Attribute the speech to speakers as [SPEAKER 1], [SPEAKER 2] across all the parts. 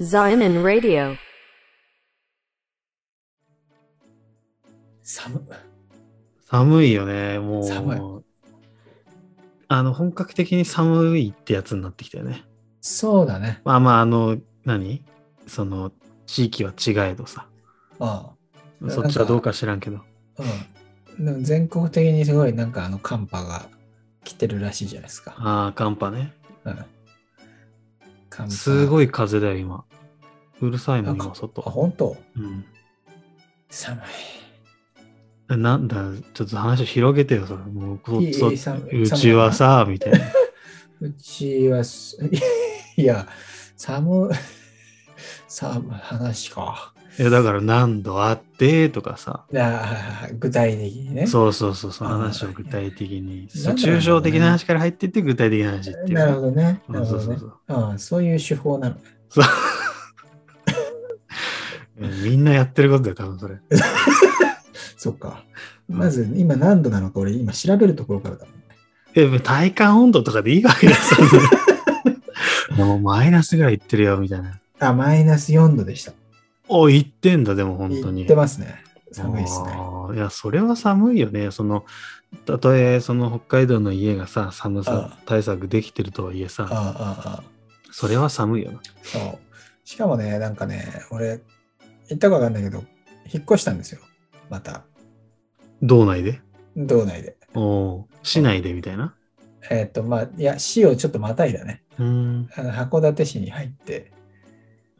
[SPEAKER 1] Zion Radio.
[SPEAKER 2] 寒
[SPEAKER 3] 寒いよね、もう。
[SPEAKER 2] 寒い
[SPEAKER 3] あの、本格的に寒いってやつになってきたよね。
[SPEAKER 2] そうだね。
[SPEAKER 3] まあまあ、あの、何その、地域は違えどさ。
[SPEAKER 2] あなんか
[SPEAKER 3] そっちはどうか知らんけど。
[SPEAKER 2] あうん。でも全国的にすごいなんかあの寒波が来てるらしいじゃないですか。
[SPEAKER 3] ああ、寒波ね。
[SPEAKER 2] うん。寒波
[SPEAKER 3] すご
[SPEAKER 2] い。
[SPEAKER 3] い風だよ、今。うるさいもん、
[SPEAKER 2] なん
[SPEAKER 3] 今、
[SPEAKER 2] かあ、
[SPEAKER 3] 外。
[SPEAKER 2] 本当
[SPEAKER 3] うん。
[SPEAKER 2] 寒い。
[SPEAKER 3] なんだ、ちょっと話を広げてよ、それ。もう、
[SPEAKER 2] いい
[SPEAKER 3] そそ
[SPEAKER 2] いい寒いう
[SPEAKER 3] ちはさ、みたいな。
[SPEAKER 2] うちはす、 いや、寒い、寒い話か。
[SPEAKER 3] いや、だから何度あって、とかさ。
[SPEAKER 2] ああ具体的にね。
[SPEAKER 3] そうそうそう、そう
[SPEAKER 2] あー
[SPEAKER 3] 話を具体的に。
[SPEAKER 2] な
[SPEAKER 3] そ
[SPEAKER 2] んだろ
[SPEAKER 3] う
[SPEAKER 2] うね
[SPEAKER 3] 抽象的な話から入ってって、具体的な話っていう。
[SPEAKER 2] なるほどね。な
[SPEAKER 3] う
[SPEAKER 2] る
[SPEAKER 3] ん
[SPEAKER 2] ほ
[SPEAKER 3] そう
[SPEAKER 2] ど
[SPEAKER 3] そう
[SPEAKER 2] ね
[SPEAKER 3] そ。う。
[SPEAKER 2] うん、そういう手法なの。
[SPEAKER 3] そうみんなやってることだよ、多分それ。
[SPEAKER 2] そっか。まず、今何度なのか俺今調べるところからだもんね。
[SPEAKER 3] え、もう体感温度とかでいいわけだよそ んなもうマイナスぐらいいってるよ、みたいな。
[SPEAKER 2] あ、マイナス4度でした。
[SPEAKER 3] お、いってんだ、でも本当に。
[SPEAKER 2] 行ってますね。寒いですね。
[SPEAKER 3] あーいや、それは寒いよね。その、たとえ、その北海道の家がさ、寒さ
[SPEAKER 2] あ
[SPEAKER 3] 対策できてるとはいえ
[SPEAKER 2] あああ
[SPEAKER 3] さ、
[SPEAKER 2] ああ
[SPEAKER 3] それは寒いよな。
[SPEAKER 2] あそう。しかもね、なんかね、俺、行ったかわかんないけど、引っ越したんですよ。また、
[SPEAKER 3] 道内で
[SPEAKER 2] 道内で。
[SPEAKER 3] おー市内でみたいな。
[SPEAKER 2] えっ、と、まあ、いや、市をちょっとまたいだね。
[SPEAKER 3] うーん。
[SPEAKER 2] あの函館市に入って、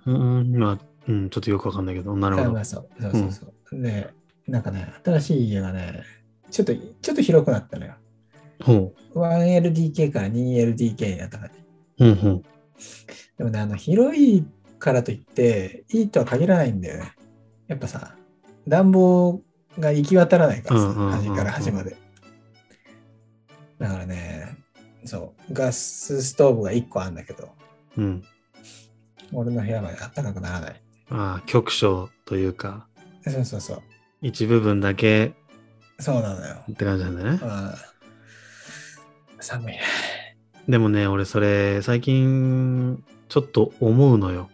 [SPEAKER 3] うーん、まあ、うん、ちょっとよくわかんないけど、なるほ
[SPEAKER 2] あ
[SPEAKER 3] ど
[SPEAKER 2] まあ。そうそうそうそう、で、なんかね、新しい家がね、ちょっと、ちょっと広くなったのよ。
[SPEAKER 3] ほ
[SPEAKER 2] 1LDK から 2LDK になった感じ。
[SPEAKER 3] う。うん、ほう。
[SPEAKER 2] でもね、あの、広いからといって、いいとは限らないんだよね。やっぱさ、暖房が行き渡らないから
[SPEAKER 3] う
[SPEAKER 2] さ、
[SPEAKER 3] んうんうんうん
[SPEAKER 2] 端から端まで。だからね、そう、ガスストーブが1個あるんだけど、
[SPEAKER 3] うん。
[SPEAKER 2] 俺の部屋まで暖かくならない。
[SPEAKER 3] ああ、局所というか、
[SPEAKER 2] そうそうそう。
[SPEAKER 3] 一部分だけ
[SPEAKER 2] そうなのよ。
[SPEAKER 3] って感じなんだね
[SPEAKER 2] う。ん寒いね。
[SPEAKER 3] でもね、俺それ最近ちょっと思うのよ。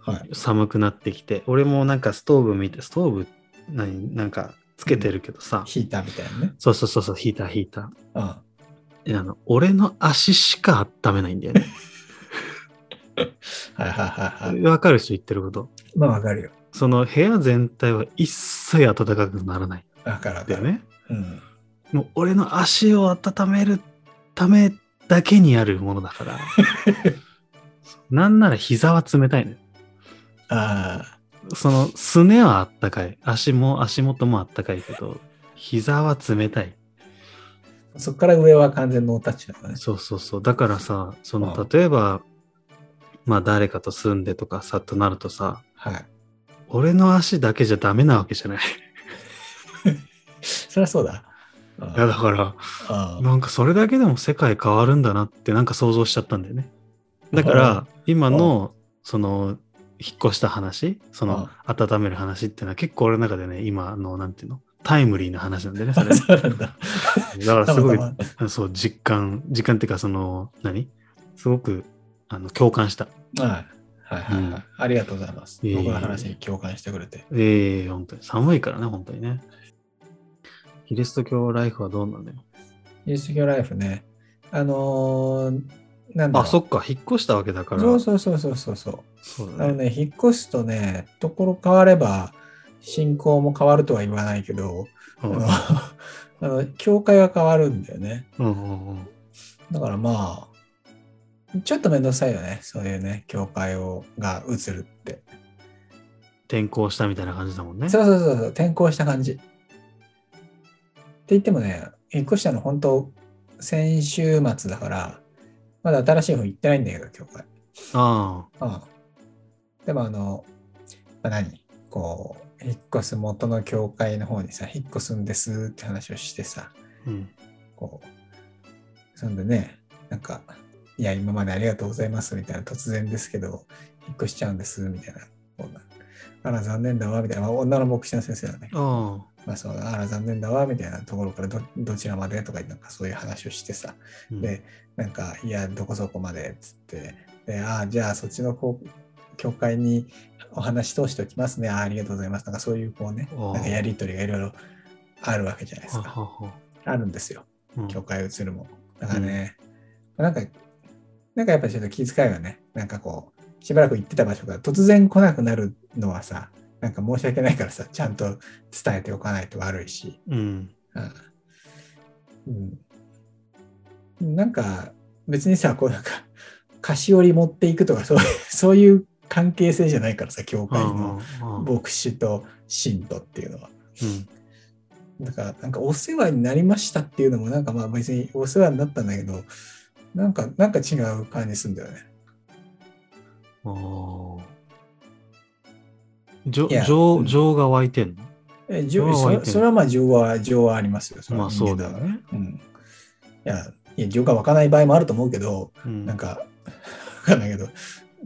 [SPEAKER 2] はい。
[SPEAKER 3] 寒くなってきて。俺もなんかストーブ見て、ストーブ何なんかつけてるけどさ。
[SPEAKER 2] ヒーターみたいなね。
[SPEAKER 3] そうそうそうそう、ヒーターヒータ
[SPEAKER 2] うん。
[SPEAKER 3] ー。であの俺の足しか温めないんだよね。
[SPEAKER 2] はいはいはいはい。
[SPEAKER 3] わかる人言ってること。
[SPEAKER 2] まあわかるよ。
[SPEAKER 3] その部屋全体は一切暖かくならない
[SPEAKER 2] わかるわ
[SPEAKER 3] んだ
[SPEAKER 2] か
[SPEAKER 3] よ
[SPEAKER 2] る。
[SPEAKER 3] ね。
[SPEAKER 2] うん。
[SPEAKER 3] もう俺の足を温めるためだけにあるもの だから。なんなら膝は冷たいね。
[SPEAKER 2] あ
[SPEAKER 3] そのすねはあったかい。足も足元もあったかいけど、膝は冷たい。
[SPEAKER 2] あ、そこから上は完全ノータッチだからね。
[SPEAKER 3] そうそうそう。だからさ、その
[SPEAKER 2] うん
[SPEAKER 3] 例えば、まあ誰かと住んでとかさ、となるとさ、
[SPEAKER 2] はい。
[SPEAKER 3] 俺の足だけじゃダメなわけじゃない。
[SPEAKER 2] そりゃそうだ。うん
[SPEAKER 3] いやだから、
[SPEAKER 2] うん
[SPEAKER 3] なんかそれだけでも世界変わるんだなってなんか想像しちゃったんだよね。だから今のその引っ越した話、その温める話っていうのは結構俺の中でね、今のなんていうのタイムリーな話なんだよね、それ。
[SPEAKER 2] そうなんだ。
[SPEAKER 3] だからすごい
[SPEAKER 2] たまた
[SPEAKER 3] そう実感、実感っていうかその何すごくあの共感した。
[SPEAKER 2] まはい。はいはいはい、
[SPEAKER 3] うん
[SPEAKER 2] ありがとうございます。
[SPEAKER 3] いえいえ
[SPEAKER 2] 僕の話に共感してくれて。
[SPEAKER 3] ええ本当に寒いからね、本当にね。キリスト教ライフはどうなんだよ。
[SPEAKER 2] ユース業ライフね。あのー、なんだろう
[SPEAKER 3] あ、そっか、引っ越したわけだから。
[SPEAKER 2] そうそうそうそうそうそう。
[SPEAKER 3] そう
[SPEAKER 2] あ
[SPEAKER 3] だ
[SPEAKER 2] の
[SPEAKER 3] ね。
[SPEAKER 2] ね、引っ越すとね、ところ変われば、信仰も変わるとは言わないけど、
[SPEAKER 3] う
[SPEAKER 2] あ
[SPEAKER 3] ん
[SPEAKER 2] のあの、 教会は変わるんだよね。
[SPEAKER 3] うんうんうん。
[SPEAKER 2] だからまあ、ちょっとめんどくさいよね。そういうね、教会をが移るって。
[SPEAKER 3] 転校したみたいな感じだもんね。
[SPEAKER 2] そうそうそうそう、転校した感じ。って言ってもね、引っ越したの本当、先週末だから、まだ新しい方行ってないんだけど、教会。
[SPEAKER 3] あ
[SPEAKER 2] うん。でもあの、まあ、何こう、引っ越す元の教会の方にさ、引っ越すんですって話をしてさ、
[SPEAKER 3] あ、うん。
[SPEAKER 2] こう、そんでね、なんか、いや、今までありがとうございますみたいな、突然ですけど、引っ越しちゃうんですみたいな、こうなあら、残念だわ、みたいな、まあ女の牧師の先生なんだけど、
[SPEAKER 3] あ
[SPEAKER 2] まあ、そう、あら、残念だわ、みたいなところからど、どちらまでとか、なんかそういう話をしてさ、
[SPEAKER 3] あ。
[SPEAKER 2] で、なんか、いや、どこそこまでっつって、で、ああ、じゃあそっちのこう教会にお話通しておきますね。あありがとうございます。なんかそういうこうね、
[SPEAKER 3] ああ
[SPEAKER 2] なんかやりとりがいろいろあるわけじゃないですか。
[SPEAKER 3] は
[SPEAKER 2] あるんですよ。
[SPEAKER 3] あうん
[SPEAKER 2] 教会移るも。だからね、なんか、なんかやっぱちょっと気遣いがね、なんかこう、しばらく行ってた場所が突然来なくなるのはさ、なんか申し訳ないからさ、ちゃんと伝えておかないと悪いし。
[SPEAKER 3] うん。
[SPEAKER 2] うんうん、なんか別にさこうなんか菓子折り持っていくとかそう いうそういう関係性じゃないからさ教会の
[SPEAKER 3] うんうんうん
[SPEAKER 2] 牧師と信徒っていうのは。
[SPEAKER 3] うん
[SPEAKER 2] だからなんかお世話になりましたっていうのもなんかまあ別にお世話になったんだけどなんかなんか違う感じするんだよね。
[SPEAKER 3] あー情
[SPEAKER 2] いや
[SPEAKER 3] 情
[SPEAKER 2] うん
[SPEAKER 3] 情が湧いてんの
[SPEAKER 2] え情
[SPEAKER 3] 情は湧
[SPEAKER 2] そ
[SPEAKER 3] いてる
[SPEAKER 2] れそれはまあ情は情はありますよ。れは
[SPEAKER 3] まあそうだよね。
[SPEAKER 2] 人間だから。うん、いやいや情が湧かない場合もあると思うけど
[SPEAKER 3] うん
[SPEAKER 2] なんか、わかんないけど、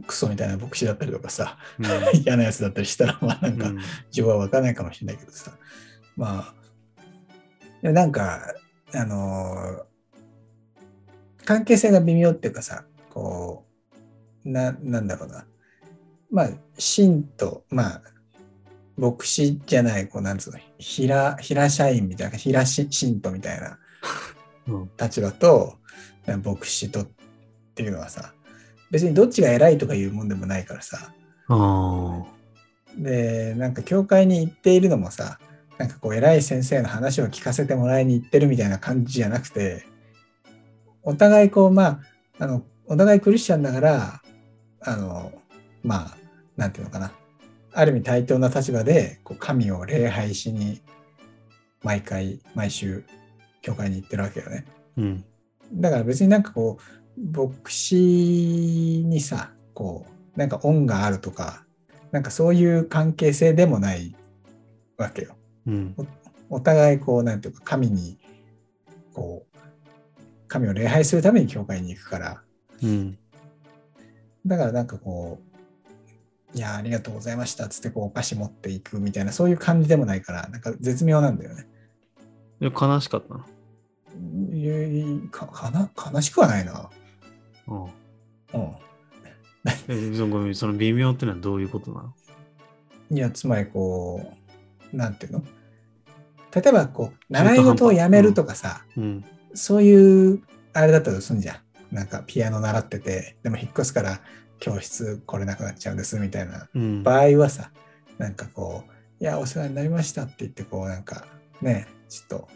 [SPEAKER 2] クソみたいな牧師だったりとかさ、
[SPEAKER 3] うん
[SPEAKER 2] 嫌なやつだったりしたら、まあなん
[SPEAKER 3] う
[SPEAKER 2] か、
[SPEAKER 3] ん
[SPEAKER 2] 情はわかんないかもしれないけどさ、まあ、でもなんか、あのー関係性が微妙っていうかさ、こう、な、なんだろうな、まあ、信と、まあ、牧師じゃない、こう、なんつうの、平、平社員みたいな、平し信徒みたいな
[SPEAKER 3] うん
[SPEAKER 2] 立場とえー牧師とっていうのはさ別にどっちが偉いとかいうもんでもないからさ
[SPEAKER 3] あ
[SPEAKER 2] でなんか教会に行っているのもさなんかこう偉い先生の話を聞かせてもらいに行ってるみたいな感じじゃなくてお互いこうまああのお互いクリスチャンだからあのまあなんていうのかなある意味対等な立場でこう神を礼拝しに毎回毎週教会に行ってるわけよね。
[SPEAKER 3] ーうん
[SPEAKER 2] だから別になんかこう牧師にさこうなんか恩があるとかなんかそういう関係性でもないわけよ。
[SPEAKER 3] うん
[SPEAKER 2] お互いこうなんていうか神にこう神を礼拝するために教会に行くから
[SPEAKER 3] うん
[SPEAKER 2] だからなんかこう「いやありがとうございました」っつってこうお菓子持っていくみたいなそういう感じでもないからなんか絶妙なんだよね。
[SPEAKER 3] で悲しかったない
[SPEAKER 2] やいかかな悲しくはないな。
[SPEAKER 3] うん
[SPEAKER 2] うん
[SPEAKER 3] えそのごめんその微妙ってのはどういうことなの
[SPEAKER 2] いや、つまりこう、なんていうの例えばこう、習い事をやめるとかさ、
[SPEAKER 3] うん
[SPEAKER 2] そういう、あれだったとすんじゃん。なんかピアノ習ってて、でも引っ越すから教室来れなくなっちゃうんですみたいな
[SPEAKER 3] うん
[SPEAKER 2] 場合はさ、なんかこう、いや、お世話になりましたって言って、こう、なんかね、ちょっと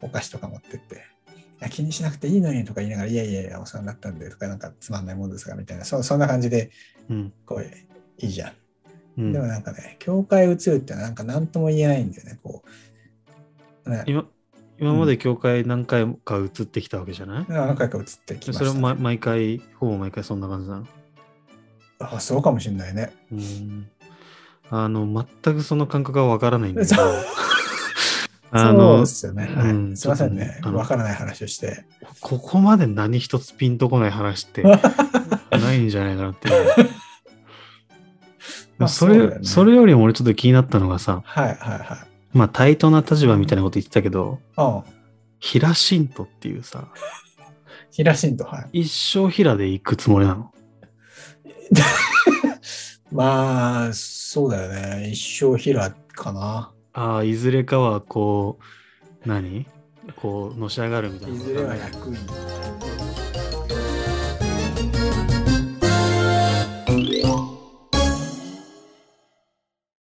[SPEAKER 2] お菓子とか持ってって、いや気にしなくていいのにとか言いながら、いやいやいや、お世話になったんでとか、なんかつまんないもんですがみたいな、そそんな感じで、
[SPEAKER 3] うん
[SPEAKER 2] こう、いいじゃん。
[SPEAKER 3] うん
[SPEAKER 2] でもなんかね、教会移るってのはなんか何とも言えないんだよね、こう。ね、
[SPEAKER 3] 今今まで教会何回か移ってきたわけじゃない、
[SPEAKER 2] 何回か移ってきま
[SPEAKER 3] それ
[SPEAKER 2] し
[SPEAKER 3] は
[SPEAKER 2] た、
[SPEAKER 3] 毎毎回、ほぼ毎回そんな感じなの
[SPEAKER 2] あそうかもしれないね。
[SPEAKER 3] うん。あの、全くその感覚がわからないんだけど
[SPEAKER 2] そう、
[SPEAKER 3] あ
[SPEAKER 2] そう
[SPEAKER 3] の
[SPEAKER 2] で、すよね。はい
[SPEAKER 3] うん
[SPEAKER 2] すいませんね
[SPEAKER 3] ちょっ。とね
[SPEAKER 2] わからない話をして。
[SPEAKER 3] ここまで何一つピンとこない 話ってないんじゃないかなっていう。
[SPEAKER 2] まあ
[SPEAKER 3] そ
[SPEAKER 2] そうだ
[SPEAKER 3] れ
[SPEAKER 2] よね
[SPEAKER 3] それよりも俺ちょっと気になったのがさ、
[SPEAKER 2] はいはいはい。
[SPEAKER 3] まあ対等な立場みたいなこと言ってたけど、
[SPEAKER 2] うん。
[SPEAKER 3] 平信徒っていうさ、
[SPEAKER 2] 平信徒、はい。
[SPEAKER 3] 一生平で行くつもりなの。
[SPEAKER 2] まあ、そうだよね。一生平かな。
[SPEAKER 3] ああ、いずれかはこう、何こう、のし上がるみたいな。
[SPEAKER 2] いずれは役員。